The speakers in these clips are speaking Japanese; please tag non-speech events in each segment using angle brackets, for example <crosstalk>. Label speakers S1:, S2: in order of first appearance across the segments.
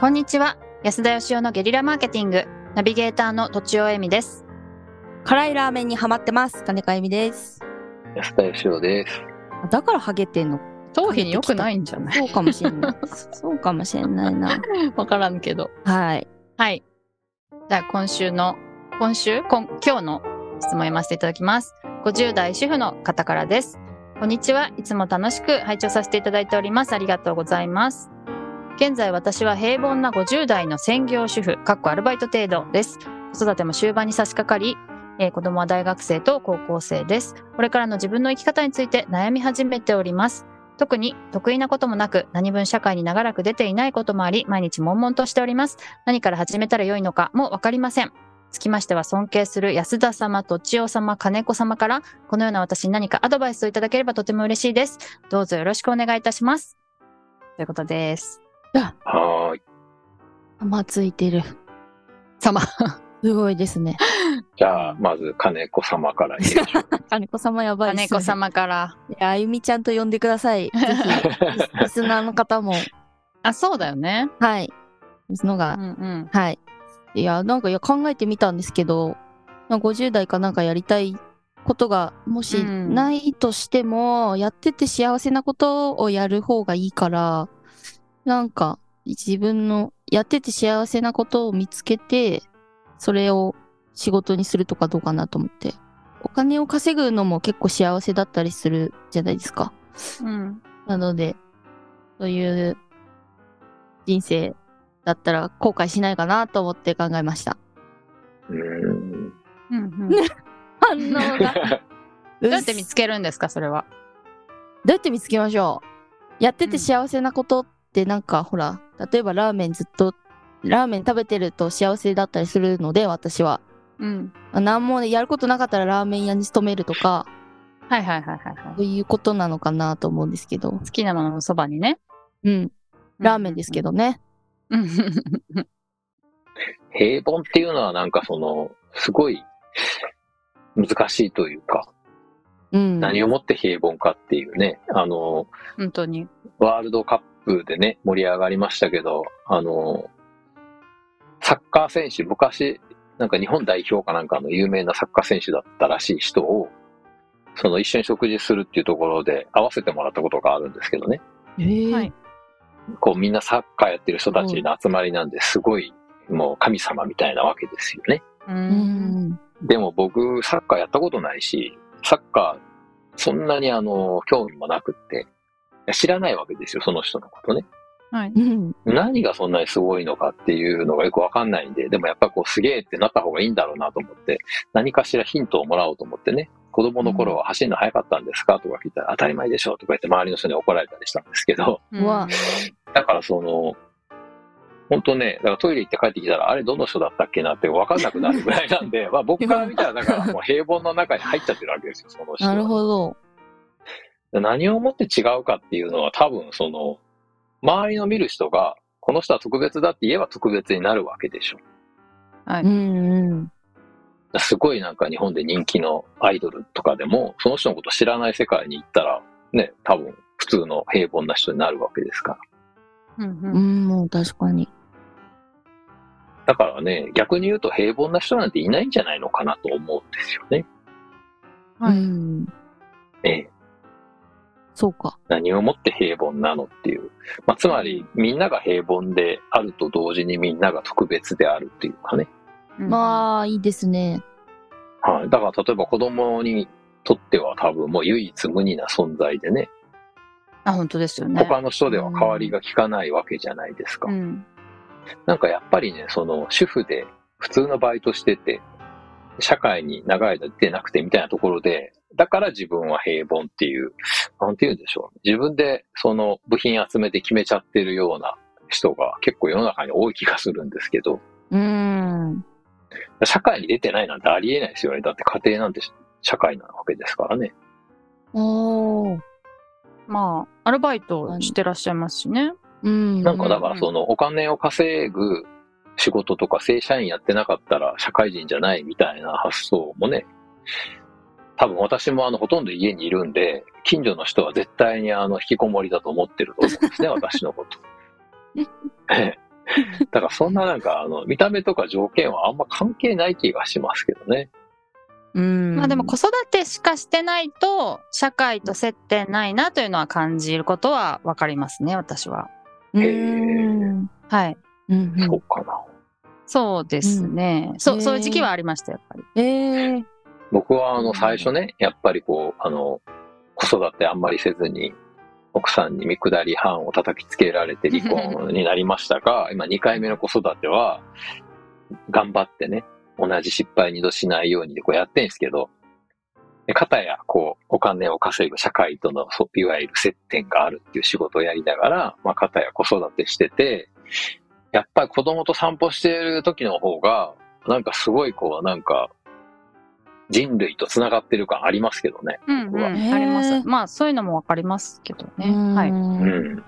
S1: こんにちは。安田義雄のゲリラマーケティング、ナビゲーターの土地尾恵美です。
S2: 辛いラーメンにハマってます。金子由美です。
S3: 安田義雄です。
S2: だからハゲてんの。
S4: 頭皮に良くないんじゃ
S1: <laughs>
S4: ない
S2: そうかもしれない。 <laughs> そうかもしれないな。
S4: わからんけど。
S2: はい。
S1: はい。じゃあ今週の、今週今今日の質問を読ませていただきます。50代主婦の方からです。こんにちは。いつも楽しく拝聴させていただいております。ありがとうございます。現在私は平凡な50代の専業主婦、かっこアルバイト程度です。子育ても終盤に差し掛かり、えー子供は大学生と高校生です。これからの自分の生き方について悩み始めております。特に得意なこともなく、何分社会に長らく出ていないこともあり、毎日悶々としております。何から始めたらよいのかもわかりません。つきましては尊敬する安田様、とちお様、金子様から、このような私に何かアドバイスをいただければとても嬉しいです。どうぞよろしくお願いいたします。ということです。
S3: はーい。
S2: ハマついてる。
S4: 様。
S2: すごいですね。
S3: じゃあ、まず金子様からいいでしょう
S2: <laughs> 金子様やばいです、
S1: 金
S2: ね。
S1: 子。様から。
S2: いや、あゆみちゃんと呼んでください。ぜひ、リスナーの方 <laughs> も。
S1: あ、そうだよね。
S2: はい。ですの
S1: う
S2: が、
S1: んうん。
S2: はい。いや、なんかいや考えてみたんですけど、まあ50代かなんかやりたいことが、もし
S1: うん
S2: ないとしても、やってて幸せなことをやる方がいいから、なんか、自分の、やってて幸せなことを見つけて、それを仕事にするとかどうかなと思って。お金を稼ぐのも結構幸せだったりするじゃないですか。
S1: うん。
S2: なので、そういう人生だったら後悔しないかなと思って考えました。
S3: <laughs> うーん。
S1: うん
S2: 反応が。
S1: <laughs> ど
S2: ど
S1: うやって見つけるんですか、それは。
S2: どうやって見つけましょうやって
S1: う
S2: て
S1: ん
S2: 幸せなことってなんか、ほら、例えばラーメンずっと、ラーメン食べてると幸せだったりするので、私は。
S1: うん。
S2: まあ何もやることなかったらラーメン屋に勤めるとか、
S1: はいはいはいはいはい。
S2: そういうことなのかなと思うんですけど
S1: 好。きなもののそばにね。
S2: うん。ラーメンですけ
S1: ど。
S2: どね。
S1: うんうん
S3: 平凡っていうのはなんかその、すごい難しいというか、
S2: うん。
S3: 何をもって平凡かっていうね、あの、
S1: 本当に。
S3: ワールドカップでね、盛り上がりましたけど、あの、サッカー選手、昔、なんか日本代表かなんかの有名なサッカー選手だったらしい人を、その一緒に食事するっていうところで会わせてもらったことがあるんですけどね。
S2: えー
S1: はい
S3: こうみんなサッカーやってる人たちの集まりなんで、すごいもう神様みたいなわけですよね。
S1: う。
S2: うんん。
S3: でも僕、サッカーやったことないし、サッカー、そんなにあの、興味もなくって、知らないわけですよ、その人のことね。
S1: はい。
S2: うん。
S3: 何がそんなにすごいのかっていうのがよくわかんないんで、でもやっぱこうすげえってなった方がいいんだろうなと思って、何かしらヒントをもらおうと思ってね、子供の頃は走るの早かったんですかとか聞いたら当たり前でしょとか言って周りの人に怒られたりしたんですけど、
S1: うん
S2: わ
S3: だからその、本当ね、だからトイレ行って帰ってきたら、あれどの人だったっけなって分かんなくなるぐらいなんで、
S2: <laughs>
S3: まあ僕から見たら、だからもう平凡の中に入っちゃってるわけですよ、その人は。
S2: なるほど。
S3: 何をもって違うかっていうのは多分その、周りの見る人が、この人は特別だって言えば特別になるわけでしょ。
S1: はい
S2: うんうん。
S3: すごいなんか日本で人気のアイドルとかでも、その人のこと知らない世界に行ったら、ね、多分普通の平凡な人になるわけですから。
S1: うんう
S2: うんん、もう確かに。
S3: だからね、逆に言うと平凡な人なんていないんじゃないのかなと思うんですよね。
S1: は
S2: う
S1: い。
S2: ん。
S3: ええ
S2: そうか。
S3: 何をもって平凡なのっていう。まあ、つまり、みんなが平凡であると同時にみんなが特別であるっていうかね。
S1: あ。
S2: まあ、いいですね。
S3: はい。だから、例えば子供にとっては多分もう唯一無二な存在でね、
S1: あ、本当ですよね。
S3: 他の人では代わりが利かないわけじゃないですか
S1: う。ん。
S3: なんかやっぱりね、その主婦で普通のバイトしてて、社会に長い間出てなくてみたいなところで、だから自分は平凡っていう、なんて言うんでしょう。自分でその部品集めて決めちゃってるような人が結構世の中に多い気がするんですけど、
S2: うーん。
S3: 社会に出てないなんてありえないですよね。だって家庭なんて社会なわけですからね。
S2: おー。
S1: まあ、アルバイトしてらっしゃいますしね。
S2: うん。
S3: なんかだからそのお金を稼ぐ仕事とか正社員やってなかったら社会人じゃないみたいな発想もね、多分私もあのほとんど家にいるんで、近所の
S2: <laughs>
S3: 人は絶対にあの引きこもりだと思ってると思うんですね、私のこと。ええだからそんななんか、あの、見た目とか条件はあんま関係ない気がしますけどね。
S2: うん。
S1: まあでも子育てしかしてないと社会と接点ないなというのは感じることはわかりますね私は。
S2: うん、
S3: へえ
S2: うん
S1: はい。
S2: うん。
S3: そうかな。
S1: そうですね。そ
S2: へ
S1: う
S2: ー
S1: そういう時期はありましたやっぱり。
S2: ええ
S3: 僕はあ
S2: うん
S3: の、最初ね、やっぱりこう、あの、子育てあんまりせずに、奥さんに見下り班を叩きつけられて離婚になりましたが、今2回目の子育ては、頑張ってね、同じ失敗二度しないようにこうやってんすけど、で片やこう、お金を稼ぐ社会との、そういわゆる接点があるっていう仕事をやりながら、まあ、片や子育てしてて、やっぱり子供と散歩してる時の方が、なんかすごいこう、なんか、人類と繋がってる感ありますけどね。
S1: うんうん。
S2: へー
S1: あります。まあそういうのもわかりますけどね。は
S2: はい
S1: い。
S3: うん。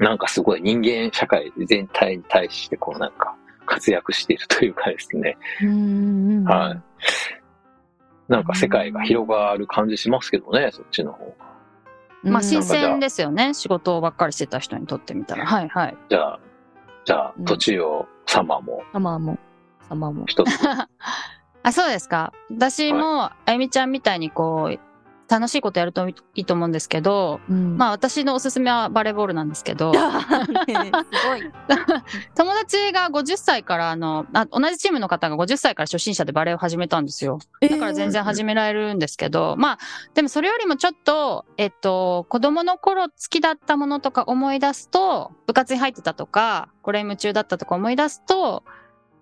S3: なんかすごい人間社会全体に対してこうなんか活躍しているというかですね。
S2: うん。
S3: はい。なんか世界が広がる感じしますけどね、そっちの方が。
S2: い
S1: まあ新
S3: なんかじゃあ
S1: 鮮ですよね。仕事ばっかりしてた人にとってみたら。はいはい。
S3: じゃあ、じゃあ
S2: うん、
S3: 土地を様も
S2: 様も、様も。
S3: 一つ。
S1: あ、そうですか。私もあゆみちゃんみたいにこう、楽しいことやるといいと思うんですけど、
S2: うん。
S1: まあ私のおすすめはバレーボールなんですけど。
S2: あ、ねすごい。
S1: <laughs> 友達が50歳からあのあ同じチームの方が50歳から初心者でバレエを始めたんですよだから全然始められるんですけど、まあでもそれよりもちょっと、えっと、子供の頃好きだったものとか思い出すと部活に入ってたとかこれ夢中だったとか思い出すと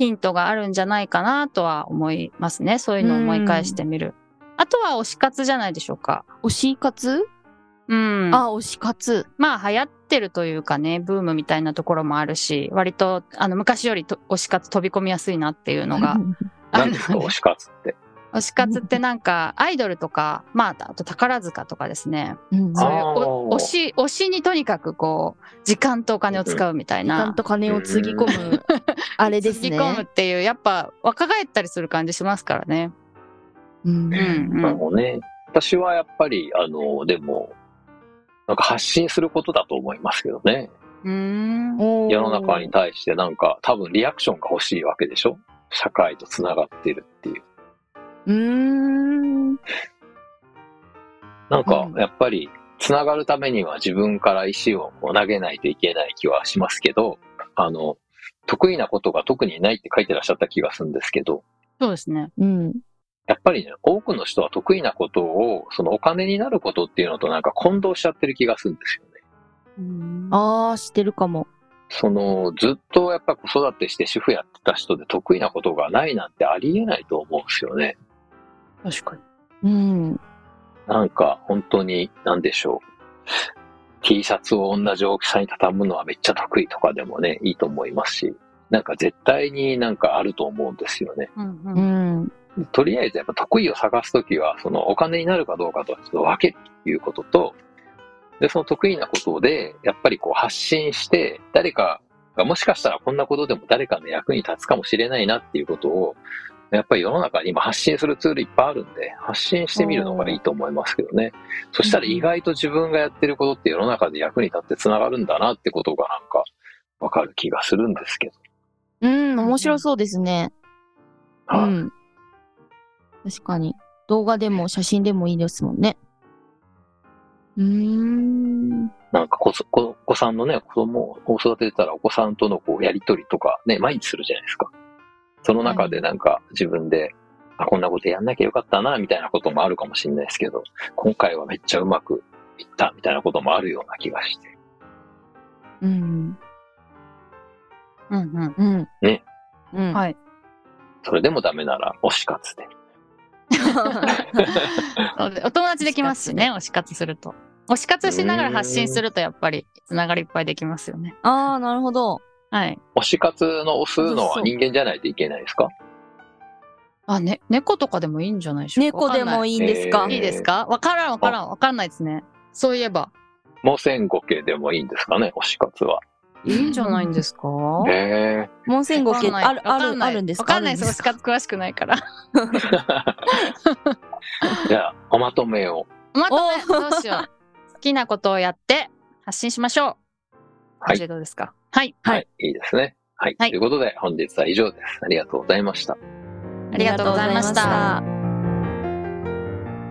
S1: ヒントがあるんじゃないかなとは思いますねそういうのを思い返してみる、あとは推し活じゃないでしょうか
S2: 推し活
S1: うん
S2: あ、推し活。
S1: まあ流行ってるというかね、ブームみたいなところもあるし、割とあの昔よりと推し活飛び込みやすいなっていうのが。あ
S3: 何
S1: る
S3: ですか、
S1: ので
S3: 推し活って。
S1: 推し活ってなんかアイドルとか、まああと宝塚とかですね、
S2: うん。
S1: そう
S2: 時
S1: いうお
S3: あー
S1: 推し、推しにとにかくこう、時間とお金を使うみたい
S2: 間
S1: な。
S2: と金をつぎ込む、あれです
S1: つぎ
S2: ね。
S1: 込むっていう、やっぱ若返ったりする感じしますからね。
S2: うん
S1: う
S2: うん
S1: んう。
S3: なんのね、私はやっぱり、あの、でも、なんか発信することだと思いますけどね。
S1: うーん。
S2: おー
S3: 世の中に対してなんか多分リアクションが欲しいわけでしょ社会とつながってるっていう。
S2: うーん。
S3: なんか
S2: うん
S3: やっぱりつながるためには自分から石をこう投げないといけない気はしますけど、あの、得意なことが特にないって書いてらっしゃった気がするんですけど、
S1: そうですね。
S2: うん。
S3: やっぱりね、多くの人は得意なことを、そのお金になることっていうのとなんか混同しちゃってる気がするんですよね。
S2: ああ、知ってるかも。
S3: その、ずっとやっぱ子育てして主婦やってた人で得意なことがないなんてありえないと思うんですよね。
S1: 確かに。
S2: うん。
S3: なんか本当に何でしょう。T シャツを同じ大きさに畳むのはめっちゃ得意とかでもね、いいと思いますし、なんか絶対になんかあると思うんですよね。
S1: うんう。
S2: うんん。
S3: とりあえずやっぱ得意を探すときは、そのお金になるかどうかとはちょっと分けるということと、で、その得意なことで、やっぱりこう発信して、誰かがもしかしたらこんなことでも誰かの役に立つかもしれないなっていうことを、やっぱり世の中に今発信するツールいっぱいあるんで、発信してみるのがいいと思いますけどね。そしたら意外と自分がやってることって世の中で役に立ってつながるんだなってことがなんかわかる気がするんですけど。
S2: うん、面白そうですね。う
S3: はい
S2: ん。確かに。動画でも写真でもいいですもんね。うーん。
S3: なんかこそこお子さんのね、子供を育ててたらお子さんとのこうやりとりとかね、毎日するじゃないですか。その中でなんか自分で、あ、こんなことやんなきゃよかったな、みたいなこともあるかもしれないですけど、今回はめっちゃうまくいった、みたいなこともあるような気がして。
S2: うん。
S1: うんうん。
S2: うん。
S3: ね。
S2: うん。
S1: はい
S3: それでもダメなら推し活で。
S1: そう <laughs> でお友達できますしね、推し活すると。推し活しながら発信すると、やっぱり、つながりいっぱいできますよね。
S2: ああ、なるほど。
S1: はい。
S3: 推し活の推すのは人間じゃないといけないですか
S1: あ、ね、猫とかでもいいんじゃないでしょうか。
S2: 猫でも
S1: い
S2: いいんですか
S3: えー
S1: い。いいですかわからん、わからん、わかんないですね。そういえば。
S3: もう線5系でもいいんですかね推し活は。
S1: いいんじゃないんですか
S3: へ
S1: わ
S3: え。
S2: 門仙五
S1: かん
S2: 家
S1: ない
S2: ある、
S1: わ
S2: あ
S1: かん
S2: る、
S1: ない
S2: あるんです
S1: わ
S2: か
S1: かんないです。推し活詳しくないから。 <laughs>
S3: じゃあ、おまとめを。
S1: まとめ、
S2: お
S1: どうしよう。好きなことをやって、発信しましょう。
S3: はい
S1: こちらどうですかはい。
S3: はい、いいですね。はい。
S1: はい
S3: ということで、本日は以上です。ありがとうございました。
S1: ありがとうございました。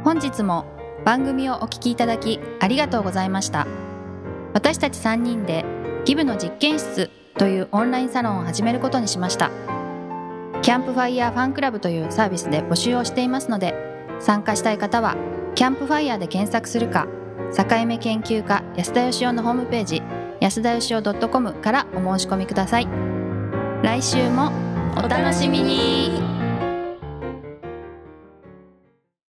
S1: 本日も番組をお聞きいただきありがとうございました私たち3人でギブの実験室というオンラインサロンを始めることにしましたキャンプファイヤーファンクラブというサービスで募集をしていますので参加したい方はキャンプファイヤーで検索するか境目研究家安田義雄のホームページ安田義雄 .com からお申し込みください来週もお楽しみに